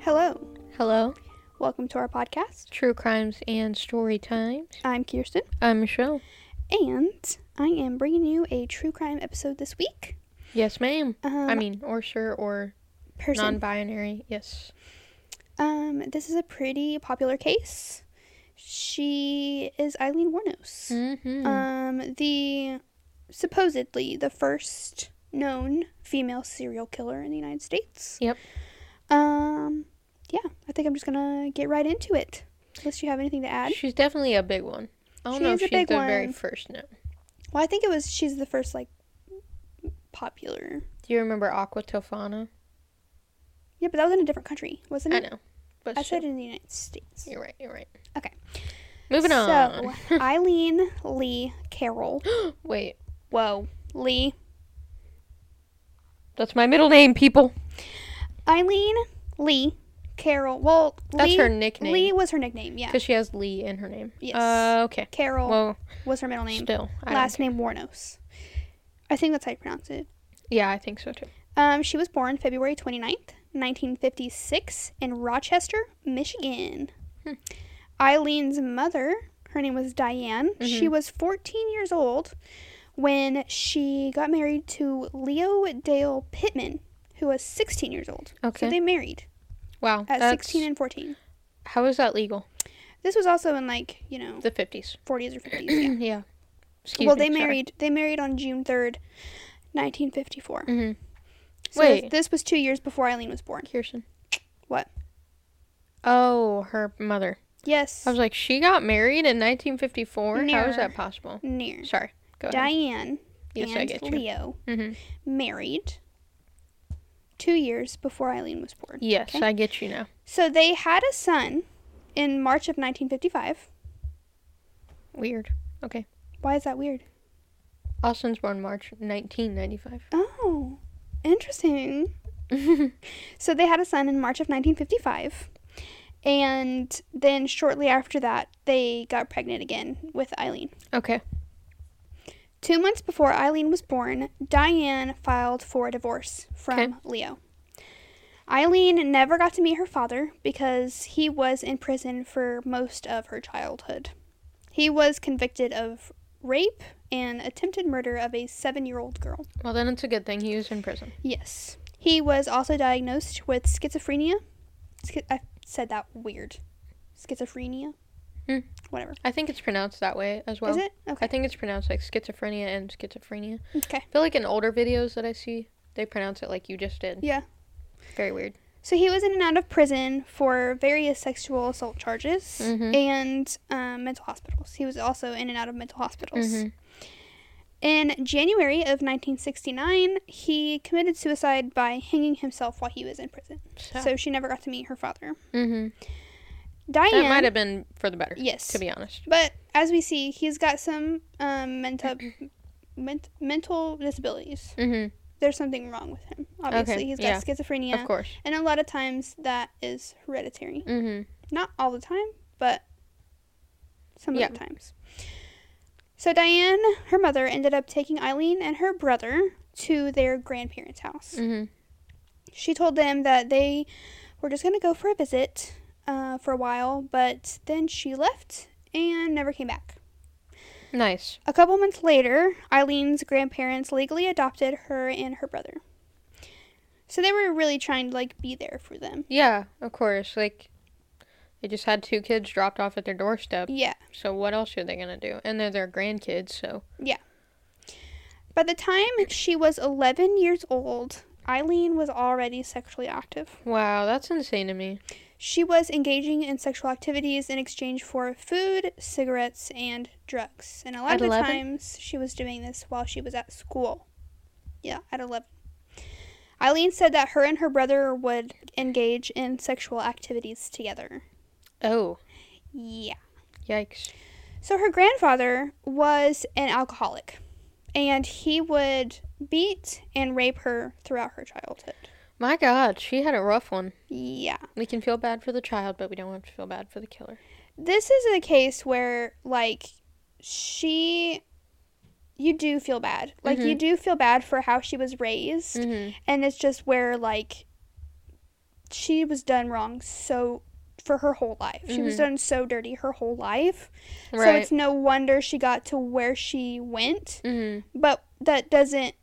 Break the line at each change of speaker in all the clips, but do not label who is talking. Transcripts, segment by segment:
Hello.
Hello,
Welcome to our podcast.
True Crimes and Story Times.
I'm Kirsten,
I'm Michelle.
and I am bringing you a true crime episode this week.
Yes, ma'am.
Um,
I mean, or sure, or non
person.
binary. Yes.
um, this is a pretty popular case. She is Eileen Warnos.
Mm-hmm.
Um, the supposedly the first known female serial killer in the United States.
Yep.
Um, yeah, I think I'm just gonna get right into it. Unless you have anything to add.
she's definitely a big one. I don't
She
know
is
if
a
she's
big
the very
one.
first known.
Well, I think it was she's the first like popular.
Do you remember Aqua Tofana?
Yeah, but that was in a different country, wasn't
I
it?
know. But
I
still,
said in the United States.
You're right, you're right.
Okay.
Moving
So
on.
Eileen Lee Carroll.
Wait,
Whoa, Lee.
that's my middle name, people.
Eileen Lee Carroll. Well,
That's
Lee,
her nickname.
Lee was her nickname. Yeah.
Because she has Lee in her name.
Yes.
Uh, okay.
Carroll
Well,
was her middle name.
still. I don't
Last
care.
name Warnos. I think that's how you pronounce it.
Yeah, I think so too.
Um, she was born February 29th, 1956, in Rochester, Michigan.
Hmm.
Eileen's mother, her name was Diane, she
Mm-hmm.
was 14 years old when she got married to Leo Dale Pittman, who was 16 years old.
Okay.
So they married
wow.
at
that's,
16 and 14.
How is that legal?
This was also in like, you know,
The 50s.
40s or 50s. Yeah.
yeah. Excuse
Mm-hmm. well,
me,
they
sorry.
married they married on June 3rd, 1954.
Mhm.
So this-
Wait.
this was 2 years before Eileen was born.
Kirsten.
What?
Oh, her mother.
Yes.
I was like, she got married in 1954. How
Near.
is that possible?
near.
Sorry. Go ahead.
Diane
Yes, I
and
get you.
Leo
Mhm.
married two years before Eileen was born.
Yes,
Okay.
I get you now.
So they had a son in March of 1955.
Weird. Okay.
Why is that weird?
Austin's born March 1995.
Oh, interesting. So they had a son in March of 1955. And then shortly after that, they got pregnant again with Eileen.
okay.
Two months before Eileen was born, Diane filed for a divorce from
Okay.
Leo. Eileen never got to meet her father because he was in prison for most of her childhood. He was convicted of rape and attempted murder of a seven year old girl.
Well, then it's a good thing he was in prison.
Yes. He was also diagnosed with schizophrenia. Schi- I said that weird. Schizophrenia?
Hmm.
Whatever.
I think it's pronounced that way as well.
Is it?
I
Okay.
think it's pronounced like schizophrenia and schizophrenia.
Okay.
I feel like in older videos that I see, they pronounce it like you just did.
Yeah.
Very weird.
So he was in and out of prison for various sexual assault charges
Mhm.
and um, mental hospitals. He was also in and out of mental hospitals.
Mhm.
In January of 1969, he committed suicide by hanging himself while he was in prison.
So,
So she never got to meet her father.
hmm that
Diane.
might have been for the better.
yes.
To be honest.
But as we see, he's got some um, mental, ment- mental disabilities.
Mm-hmm.
There's something wrong with him. Obviously, he's got
yeah.
schizophrenia.
Of course.
And a lot of times that is hereditary.
Mm-hmm.
not all the time, but some
Yeah.
of the times. So Diane, her mother, ended up taking Eileen and her brother to their grandparents' house.
Mm-hmm.
She told them that they were just going to go for a visit uh, for a while, but then she left and never came back.
Nice.
A couple months later, Eileen's grandparents legally adopted her and her brother. So they were really trying to like be there for them.
Yeah, of course. Like, they just had two kids dropped off at their doorstep.
Yeah.
So what else are they gonna do? And they're their grandkids, so
By the time she was 11 years old, Eileen was already sexually active.
wow, that's insane to me.
She was engaging in sexual activities in exchange for food, cigarettes, and drugs. And a lot
At
of the
11?
times, she was doing this while she was at school. Yeah, at 11. Eileen said that her and her brother would engage in sexual activities together.
Oh,
Yeah.
yikes.
So her grandfather was an alcoholic, and he would beat and rape her throughout her childhood.
My God, she had a rough one.
Yeah.
We can feel bad for the child, but we don't have to feel bad for the killer.
This is a case where, like, she. You do feel bad. Like, you do feel bad for how she was raised,
Mm-hmm.
and it's just where, like, she was done wrong so. For her whole life. She was
Mhm.
done so dirty her whole life. So
Right.
it's no wonder she got to where she went.
mm-hmm.
but that doesn't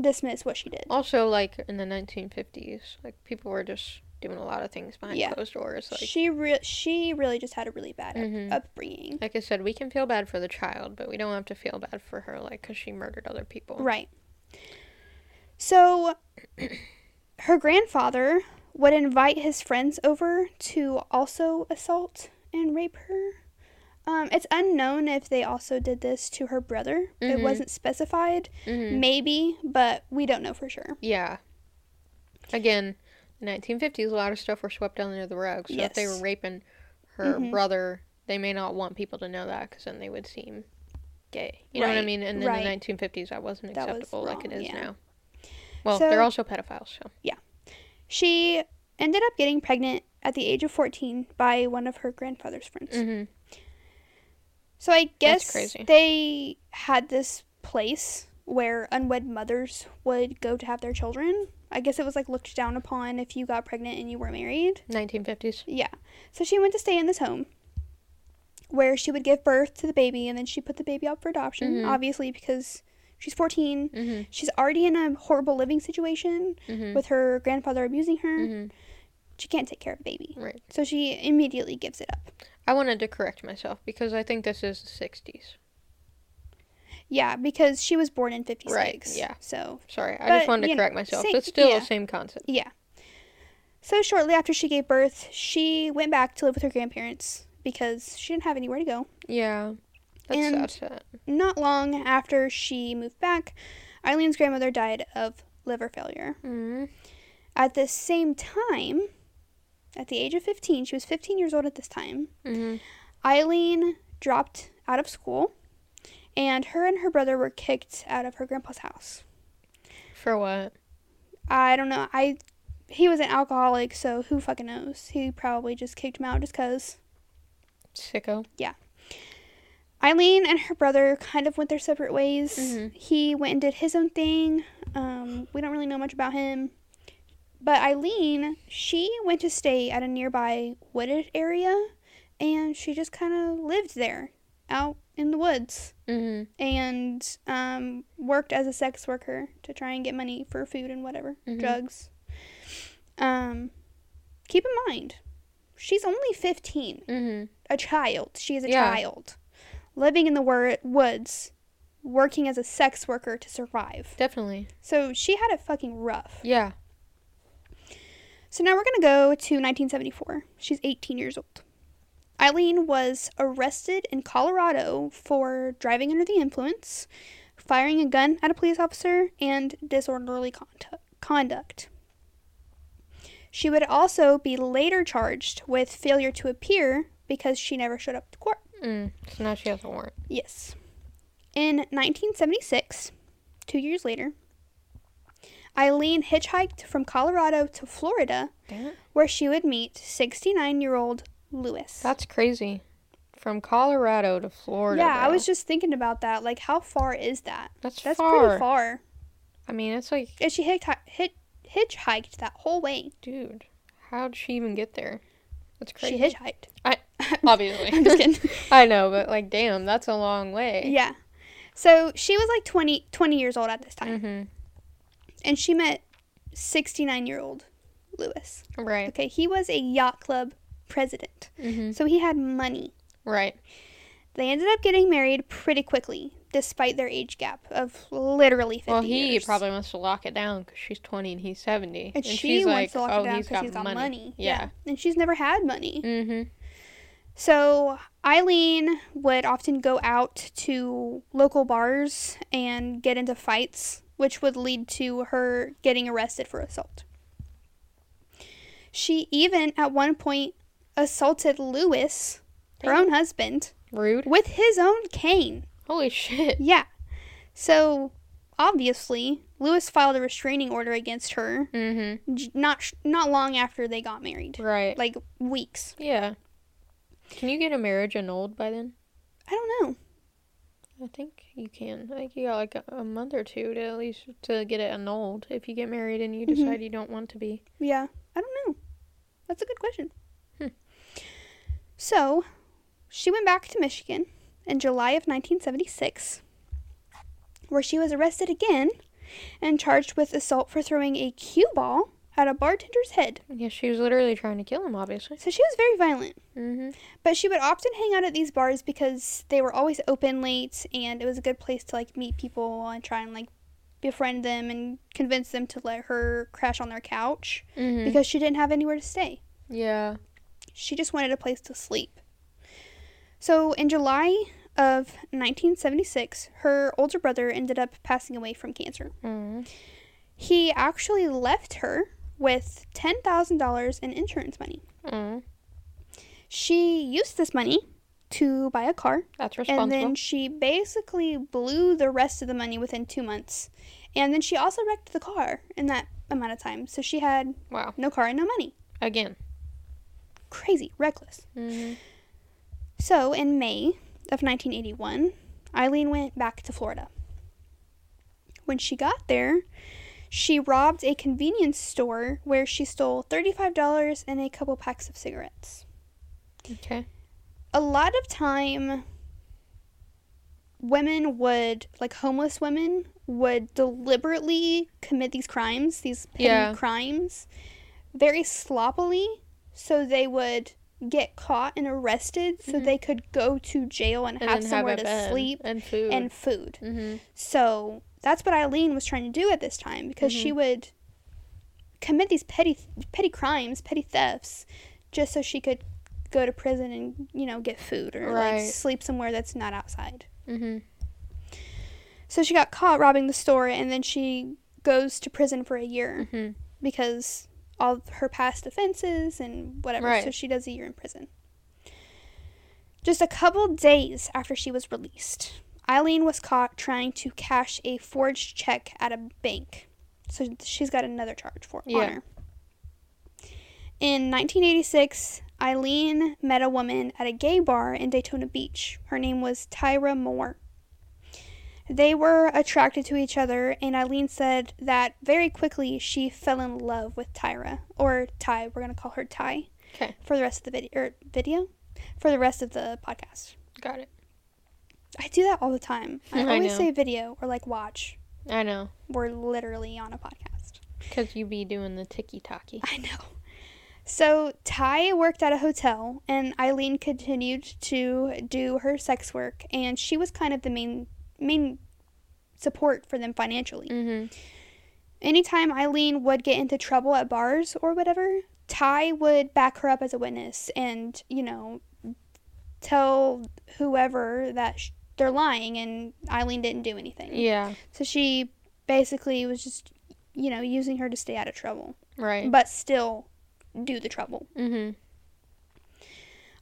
dismiss what she did.
Also, like in the 1950s, like people were just doing a lot of things behind
Yeah.
closed doors. Like,
she re- she really just had a really bad up-
Mhm.
upbringing.
like I said, we can feel bad for the child, but we don't have to feel bad for her, like, because she murdered other people.
Right. So her grandfather would invite his friends over to also assault and rape her. Um, it's unknown if they also did this to her brother. It
Mhm.
wasn't specified.
Mhm.
Maybe, but we don't know for sure.
Yeah. Again, the 1950s, a lot of stuff were swept under the rug. So if they were
Yes.
raping her
Mhm.
brother, they may not want people to know that because then they would seem gay. You know what I
Right,
mean? And in
right.
the 1950s, that wasn't
That was
acceptable like it
wrong,
is
yeah.
now. Well, they're
So-
also pedophiles, so.
She ended up getting pregnant at the age of 14 by one of her grandfather's friends.
hmm
So I guess
crazy.
they had this place where unwed mothers would go to have their children. I guess it was like looked down upon if you got pregnant and you were married.
1950s.
Yeah. So she went to stay in this home where she would give birth to the baby and then she put the baby up for adoption,
Mhm.
obviously, because she's 14.
hmm
She's already in a horrible living situation
hmm
with her grandfather abusing her.
hmm
She can't take care of the baby.
Right.
So she immediately gives it up.
I wanted to correct myself because I think this is the 60s.
Yeah, because she was born in 56.
yeah.
So
Sorry, I
But,
just wanted
you
to
know,
correct myself.
same-
It's still
yeah.
the same concept.
So shortly after she gave birth, she went back to live with her grandparents because she didn't have anywhere to go.
Yeah. That's sad.
And-
sad.
Not long after she moved back, Eileen's grandmother died of liver failure.
Mhm.
At the same time, at the age of 15, she was 15 years old at this time,
Mhm.
Eileen dropped out of school and her and her brother were kicked out of her grandpa's house.
For what?
I don't know. I he was an alcoholic, so who fucking knows? He probably just kicked him out just cuz.
Sicko.
Eileen and her brother kind of went their separate ways.
Mhm.
He went and did his own thing. Um, we don't really know much about him. But Eileen, she went to stay at a nearby wooded area and she just kind of lived there out in the woods
Mhm.
and um, worked as a sex worker to try and get money for food and whatever,
Mhm.
drugs. Um, keep in mind, she's only 15
Mm-hmm.
a child. She is a
Yeah.
child living in the wor- woods, working as a sex worker to survive.
Definitely.
So she had it fucking rough.
Yeah.
So now we're going to go to 1974. She's 18 years old. Eileen was arrested in Colorado for driving under the influence, firing a gun at a police officer, and disorderly contu- conduct. She would also be later charged with failure to appear because she never showed up to court.
Mm. So now she has a warrant.
Yes. In 1976, two years later, Eileen hitchhiked from Colorado to Florida where she would meet 69 year old Lewis.
That's crazy. From Colorado to Florida.
yeah, I
bro.
was just thinking about that. Like, how far is that?
That's,
That's
far.
pretty far.
I mean, it's like,
And she hitch- hit- hitchhiked that whole way.
dude, how'd she even get there? That's crazy.
She hitchhiked.
Obviously.
I'm just kidding.
I know, but like, damn, that's a long way.
yeah. So she was like 20, 20 years old at this time,
Mm-hmm.
and she met 69 year old Lewis.
Right.
Okay, he was a yacht club president,
Mm-hmm.
so he had money.
Right.
They ended up getting married pretty quickly, despite their age gap of literally 50
Well, he
years.
probably wants to lock it down because she's 20 and he's 70.
And, she
she's
wants
like,
to lock
oh,
it down
he's
because
got,
he's got money.
Yeah.
And she's never had money.
Mm-hmm.
So Eileen would often go out to local bars and get into fights which would lead to her getting arrested for assault. She even, at one point, assaulted Lewis, her own husband,
Rude.
with his own cane.
Holy shit.
Yeah. So, obviously, Lewis filed a restraining order against her
Mm
j- not sh- not long after they got married.
hmm. Right.
Mm-hmm. Like weeks.
yeah. Can you get a marriage annulled by then?
I don't know.
I think you can. I think you got like a, a month or two to at least to get it annulled if you get married and you
Mhm.
decide you don't want to be.
Yeah, I don't know. That's a good question.
Hmm.
So, she went back to Michigan in July of 1976, where she was arrested again and charged with assault for throwing a cue ball at a bartender's head.
Yeah, she was literally trying to kill him, obviously.
So she was very violent.
Mm-hmm.
But she would often hang out at these bars because they were always open late and it was a good place to like meet people and try and like befriend them and convince them to let her crash on their couch
Mm-hmm.
because she didn't have anywhere to stay.
yeah.
She just wanted a place to sleep. So in July of 1976, her older brother ended up passing away from cancer.
Mm.
He actually left her with $10,000 in insurance money.
Mm.
She used this money to buy a car
That's
and
responsible.
then she basically blew the rest of the money within two months. And then she also wrecked the car in that amount of time. So she had
wow.
no car and no money.
Again.
Crazy, reckless.
Mm-hmm.
So in May of 1981, Eileen went back to Florida. When she got there, she robbed a convenience store where she stole $35 and a couple packs of cigarettes.
Okay.
a lot of time women would like homeless women would deliberately commit these crimes these petty
Yeah.
crimes very sloppily so they would get caught and arrested so
Mhm.
they could go to jail and,
And
have
then
somewhere
a
to
bed
sleep
and food.
and food
mm-hmm.
so that's what eileen was trying to do at this time because
Mm-hmm.
she would commit these petty petty crimes petty thefts just so she could go to prison and you know get food or
Right.
like sleep somewhere that's not outside
Mm-hmm.
so she got caught robbing the store and then she goes to prison for a year
Mhm.
because all of her past offenses and whatever
Right.
so she does a year in prison just a couple days after she was released eileen was caught trying to cash a forged check at a bank so she's got another charge for on
Yeah.
her. in 1986 eileen met a woman at a gay bar in daytona beach her name was tyra moore they were attracted to each other, and Eileen said that very quickly she fell in love with Tyra, or Ty. We're gonna call her Ty.
'Kay.
For the rest of the video, or video, for the rest of the podcast.
Got it.
I do that all the time. I
I
always
know.
say video or like watch.
I know.
We're literally on a podcast.
Because you be doing the ticky tacky.
I know. So Ty worked at a hotel, and Eileen continued to do her sex work, and she was kind of the main main support for them financially.
Mm-hmm.
Anytime Eileen would get into trouble at bars or whatever, Ty would back her up as a witness and, you know, tell whoever that sh- they're lying and Eileen didn't do anything.
Yeah.
So she basically was just, you know, using her to stay out of trouble,
Right.
but still do the trouble.
mm-hmm.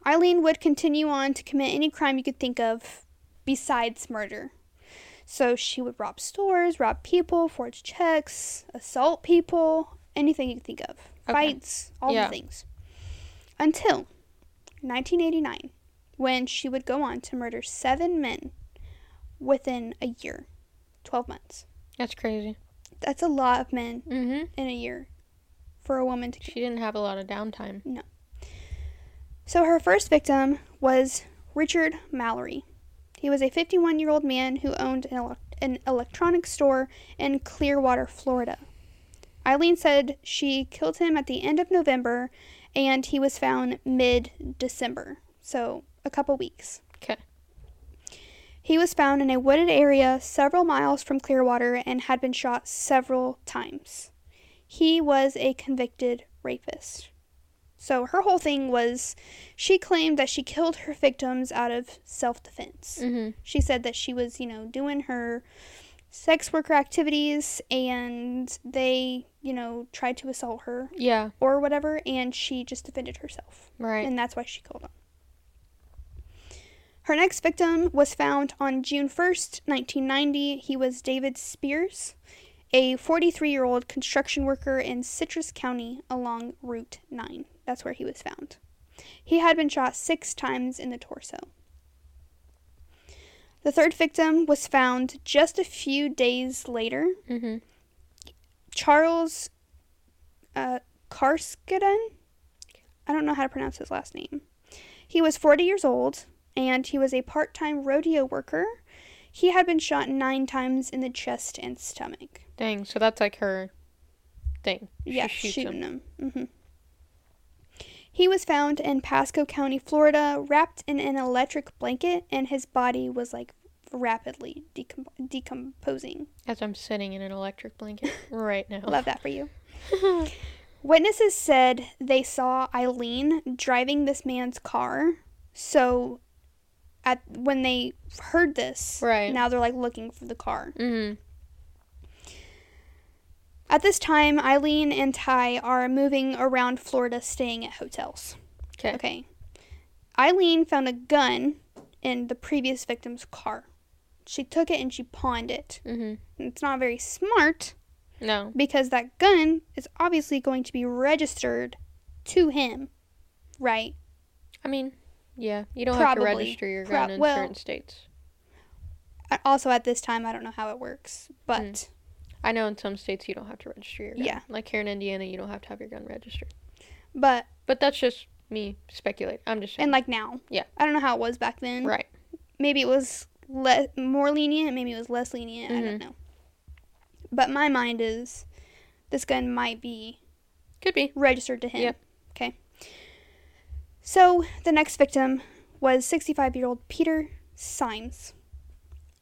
Eileen would continue on to commit any crime you could think of besides murder. So she would rob stores, rob people, forge checks, assault people, anything you could think of.
Okay.
Fights, all
Yeah.
the things. Until 1989, when she would go on to murder seven men within a year 12 months.
That's crazy.
That's a lot of men
Mm-hmm.
in a year for a woman to
She didn't have a lot of downtime.
So her first victim was Richard Mallory. He was a 51 year old man who owned an, elec an electronics store in Clearwater, Florida. Eileen said she killed him at the end of November and he was found mid December, so a couple weeks.
'Kay.
He was found in a wooded area several miles from Clearwater and had been shot several times. He was a convicted rapist. So her whole thing was she claimed that she killed her victims out of self defense.
Mm-hmm.
She said that she was, you know, doing her sex worker activities and they, you know, tried to assault her
Yeah.
or whatever, and she just defended herself.
Right.
And that's why she killed him. Her next victim was found on June 1st, 1990. He was David Spears, a 43 year old construction worker in Citrus County along Route 9. That's where he was found. He had been shot six times in the torso. The third victim was found just a few days later.
mm-hmm.
Charles uh, Karskadon. I don't know how to pronounce his last name. He was 40 years old and he was a part time rodeo worker. He had been shot nine times in the chest and stomach.
Dang. So that's like her thing.
Yeah,
shoots
shooting him. hmm He was found in Pasco County, Florida, wrapped in an electric blanket, and his body was like rapidly decom- decomposing.
As I'm sitting in an electric blanket right now. Mm-hmm.
Love that for you. Witnesses said they saw Eileen driving this man's car. So at when they heard this,
Right.
now they're like looking for the car.
Mm-hmm.
At this time, Eileen and Ty are moving around Florida staying at hotels.
'Kay.
Okay. Eileen found a gun in the previous victim's car. She took it and she pawned it.
Mm-hmm.
It's not very smart
No.
because that gun is obviously going to be registered to him, right?
I mean, yeah. You don't
Probably.
have to register your
Prob-
gun in
well-
certain states.
A- Also, at this time, I don't know how it works, but
Mm. I know in some states you don't have to register your gun.
Yeah.
Like here in Indiana, you don't have to have your gun registered.
but
But that's just me speculating. I'm just saying.
and like now,
Yeah.
I don't know how it was back then.
right.
Maybe it was le- more lenient, maybe it was less lenient. I
Mm-hmm.
don't know. But my mind is, this gun might be
Could be.
registered to him.
Yep.
Okay. So the next victim was 65 year old Peter Symes.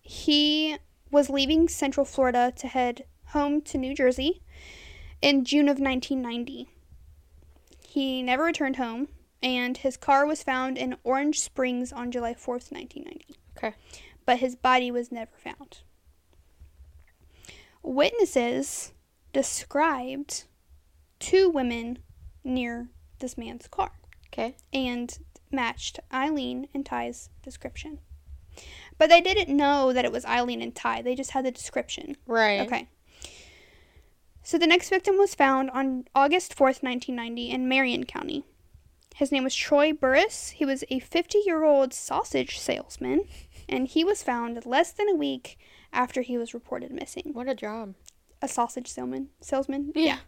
He was leaving Central Florida to head home to New Jersey in June of 1990. He never returned home, and his car was found in Orange Springs on July 4th, 1990.
Okay.
But his body was never found. Witnesses described two women near this man's car
Okay.
and matched Eileen and Ty's description. But they didn't know that it was Eileen and Ty, they just had the description.
Right.
Okay. So the next victim was found on August 4th, 1990, in Marion County. His name was Troy Burris. He was a 50 year old sausage salesman, and he was found less than a week after he was reported missing
What a job.
a sausage salesman. Salesman.
Yeah.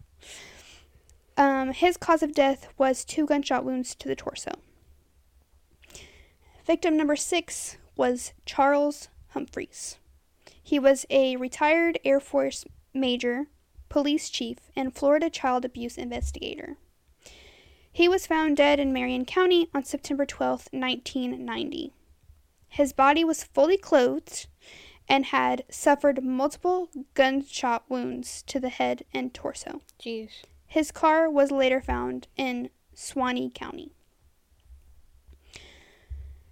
Um, his cause of death was two gunshot wounds to the torso. Victim number six was Charles Humphreys. He was a retired Air Force major, police chief, and Florida child abuse investigator. He was found dead in Marion County on September twelfth, 1990. His body was fully clothed and had suffered multiple gunshot wounds to the head and torso.
Jeez.
His car was later found in Suwannee County.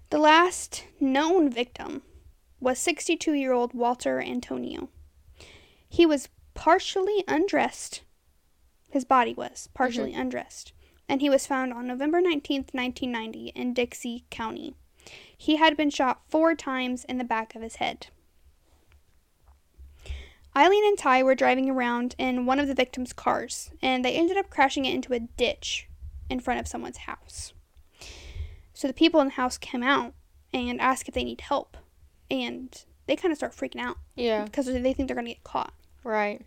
The last known victim was 62 year old Walter Antonio. He was partially undressed, his body was partially undressed, and he was found on November 19th, 1990, in Dixie County. He had been shot four times in the back of his head. Eileen and Ty were driving around in one of the victim's cars, and they ended up crashing it into a ditch in front of someone's house. So the people in the house come out and ask if they need help, and they kind of start freaking out
Yeah.
because they think they're going to get caught.
Right.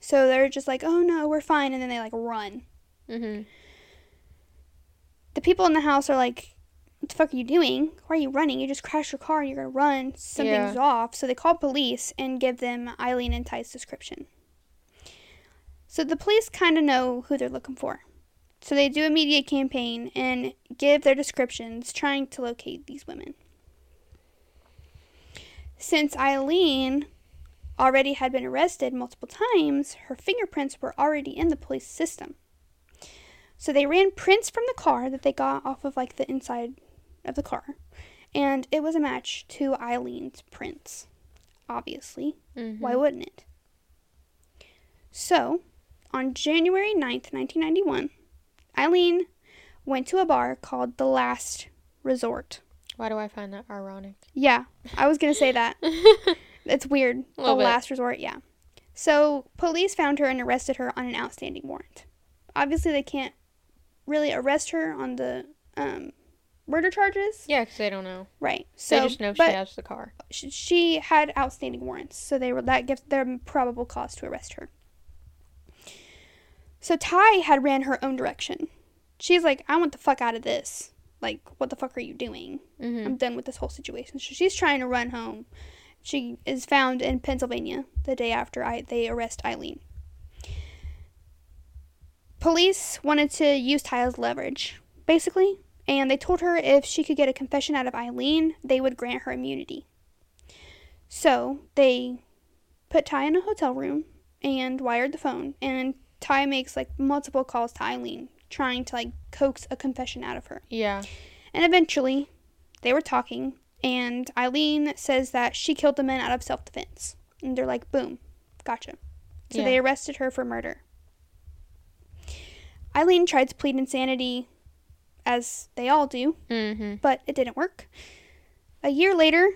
So they're just like, oh no, we're fine, and then they like run.
Mm-hmm.
The people in the house are like, what the fuck are you doing? Why are you running? You just crashed your car and you're going to run. Something's
Yeah.
off. So they call police and give them Eileen and Ty's description. So the police kind of know who they're looking for. So they do a media campaign and give their descriptions trying to locate these women. Since Eileen already had been arrested multiple times, her fingerprints were already in the police system. So they ran prints from the car that they got off of like the inside of the car, and it was a match to Eileen's prints. obviously.
Mm-hmm.
Why wouldn't it? So, on January 9th, 1991, Eileen went to a bar called The Last Resort.
Why do I find that ironic?
Yeah, I was going to say that. It's weird. The
Little bit.
Last Resort, yeah. So, police found her and arrested her on an outstanding warrant. Obviously, they can't really arrest her on the um, murder charges.
Yeah, because they don't know.
Right. So,
they just know she
but-
has the car.
sh- she had outstanding warrants, so they were that gives them probable cause to arrest her. So Ty had ran her own direction. She's like, I want the fuck out of this. Like, what the fuck are you doing?
Mm-hmm.
I'm done with this whole situation. So she's trying to run home. She is found in Pennsylvania the day after I, they arrest Eileen. Police wanted to use Ty as leverage, basically, and they told her if she could get a confession out of Eileen, they would grant her immunity. So they put Ty in a hotel room and wired the phone, and Ty makes like multiple calls to Eileen, trying to like coax a confession out of her.
Yeah.
And eventually, they were talking, and Eileen says that she killed the men out of self defense. And they're like, boom, gotcha. So
Yeah.
they arrested her for murder. Eileen tried to plead insanity, as they all do,
Mm-hmm.
but it didn't work. A year later,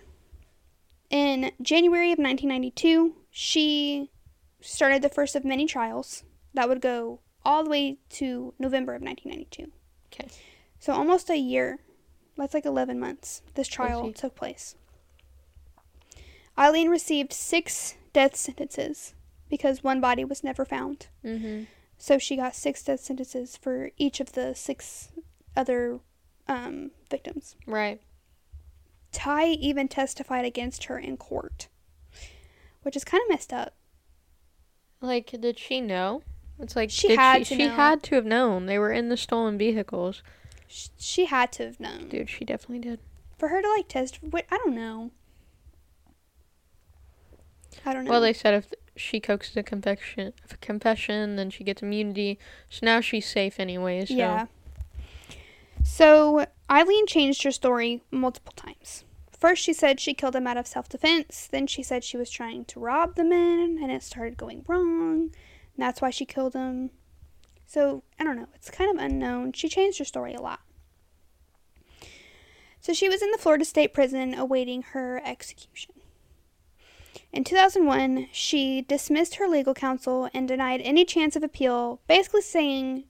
in January of 1992, she started the first of many trials that would go all the way to November of 1992.
Okay.
So almost a year, that's like 11 months, this trial
Crazy.
took place. Eileen received six death sentences because one body was never found.
Mm-hmm.
So she got six death sentences for each of the six other um, victims.
Right.
Ty even testified against her in court, which is kind of messed up.
Like, did she know? It's like
She
did
had to
she
know.
had to have known they were in the stolen vehicles.
Sh- She had to have known.
Dude, she definitely did.
For her to like test, wait, I don't know. I don't know.
Well, they said if she coaxes a confession, a confession, then she gets immunity. So now she's safe anyway. So.
Yeah. So Eileen changed her story multiple times. First, she said she killed him out of self defense. Then, she said she was trying to rob the men and it started going wrong. And that's why she killed him. So, I don't know. It's kind of unknown. She changed her story a lot. So, she was in the Florida State Prison awaiting her execution. In 2001, she dismissed her legal counsel and denied any chance of appeal, basically saying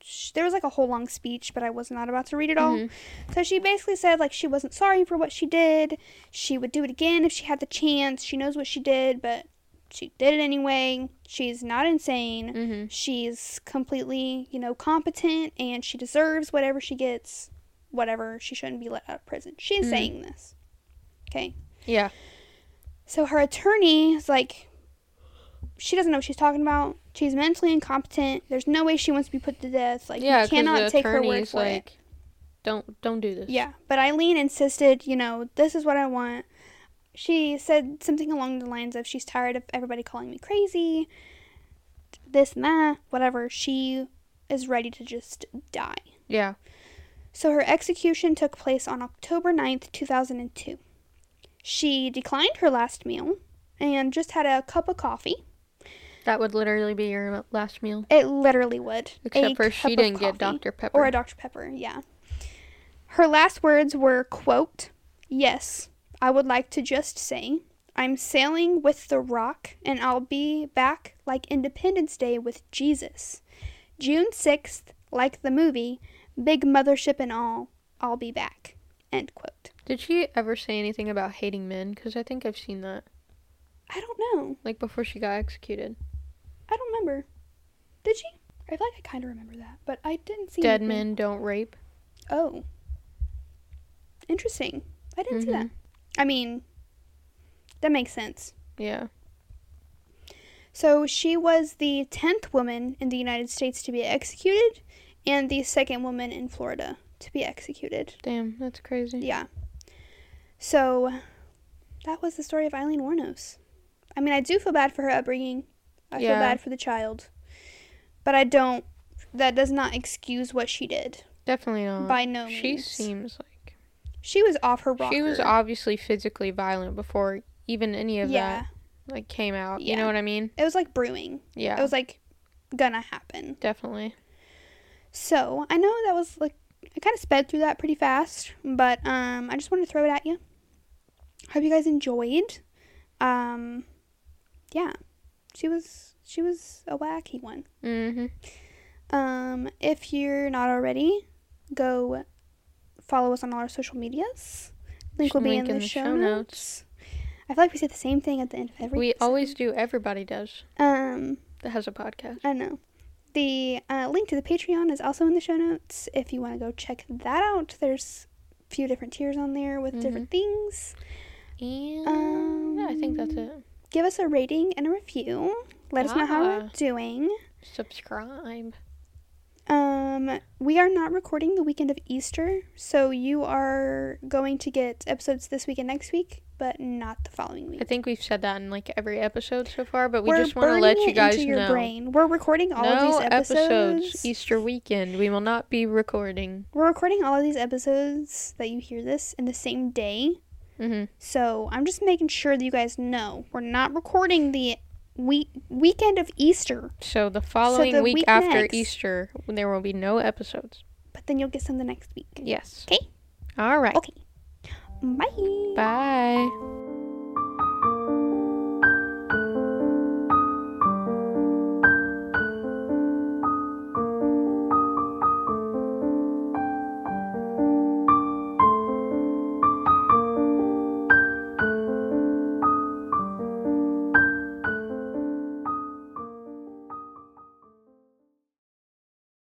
sh- there was like a whole long speech, but I was not about to read it all.
Mhm.
So she basically said like she wasn't sorry for what she did. She would do it again if she had the chance. She knows what she did, but she did it anyway. She's not insane.
Mm-hmm.
She's completely, you know, competent and she deserves whatever she gets. Whatever, she shouldn't be let out of prison. She is
Mhm.
saying this. Okay.
Yeah.
So her attorney is like, she doesn't know what she's talking about. She's mentally incompetent. There's no way she wants to be put to death. Like,
yeah.
you
'cause the
cannot take her word
attorney's
for it.
like, Don't don't do this.
Yeah, but Eileen insisted, you know, this is what I want. She said something along the lines of, she's tired of everybody calling me crazy, this and that, whatever. She is ready to just die.
Yeah.
So her execution took place on October 9th, 2002. She declined her last meal and just had a cup of coffee.
That would literally be your last meal.
It literally would.
Except
A
for
cup
she
of
didn't get
coffee.
Dr Pepper.
Or a Dr. Pepper, yeah. Her last words were, quote, Yes, I would like to just say, I'm sailing with the rock and I'll be back like Independence Day with Jesus. June 6th, like the movie, big mothership and all, I'll be back, end quote.
Did she ever say anything about hating men? Because I think I've seen that.
I don't know.
Like before she got executed.
I don't remember. Did she? I feel like I kind of remember that, but I didn't see
Dead
anything.
men don't rape.
Oh. Interesting. I didn't see that.
Mhm.
I mean, that makes sense.
Yeah.
So she was the 10th woman in the United States to be executed and the second woman in Florida to be executed.
Damn, that's crazy.
Yeah. So that was the story of Eileen Warnos. I mean, I do feel bad for her upbringing. I feel
Yeah.
bad for the child. But I don't that does not excuse what she did
Definitely not.
by no
Uh, she
means.
seems like
she was off her rocker.
she was obviously physically violent before even any of
yeah.
that like came out. You
Yeah.
know what I mean?
It was like brewing.
Yeah.
It was like gonna happen.
definitely.
So I know that was like I kind of sped through that pretty fast, but um, I just wanted to throw it at you. Hope you guys enjoyed. Um, yeah, she was she was a wacky one.
Mhm.
Um, if you're not already, go follow us on all our social medias. Link will be
Link
in, the, show, notes. I feel like we say the same thing at the end of every.
We
episode.
always do everybody does
um.
that has a podcast.
I know. The uh, link to the Patreon is also in the show notes if you want to go check that out. There's a few different tiers on there with different things.
And
Um,
Mm-hmm. yeah, I think that's it.
Give us a rating and a review. Let us know how we're
Ah.
doing.
Subscribe.
Um, we are not recording the weekend of Easter, so you are going to get episodes this week and next week, but not the following week.
I think we've said that in like every episode so far, but we
We're
just want to
burning
let you
it
guys
into your
know.
brain. We're recording all
no
of these episodes.
Easter weekend. We will not be recording.
We're recording all of these episodes that you hear this in the same day.
hmm
Mm-hmm. So I'm just making sure that you guys know we're not recording the week weekend of Easter,
So the following
the
week,
week
after
next-
Easter, there will be no episodes.
but then you'll get some the next week.
Yes.
'Kay.
All right.
Okay. Bye.
Bye.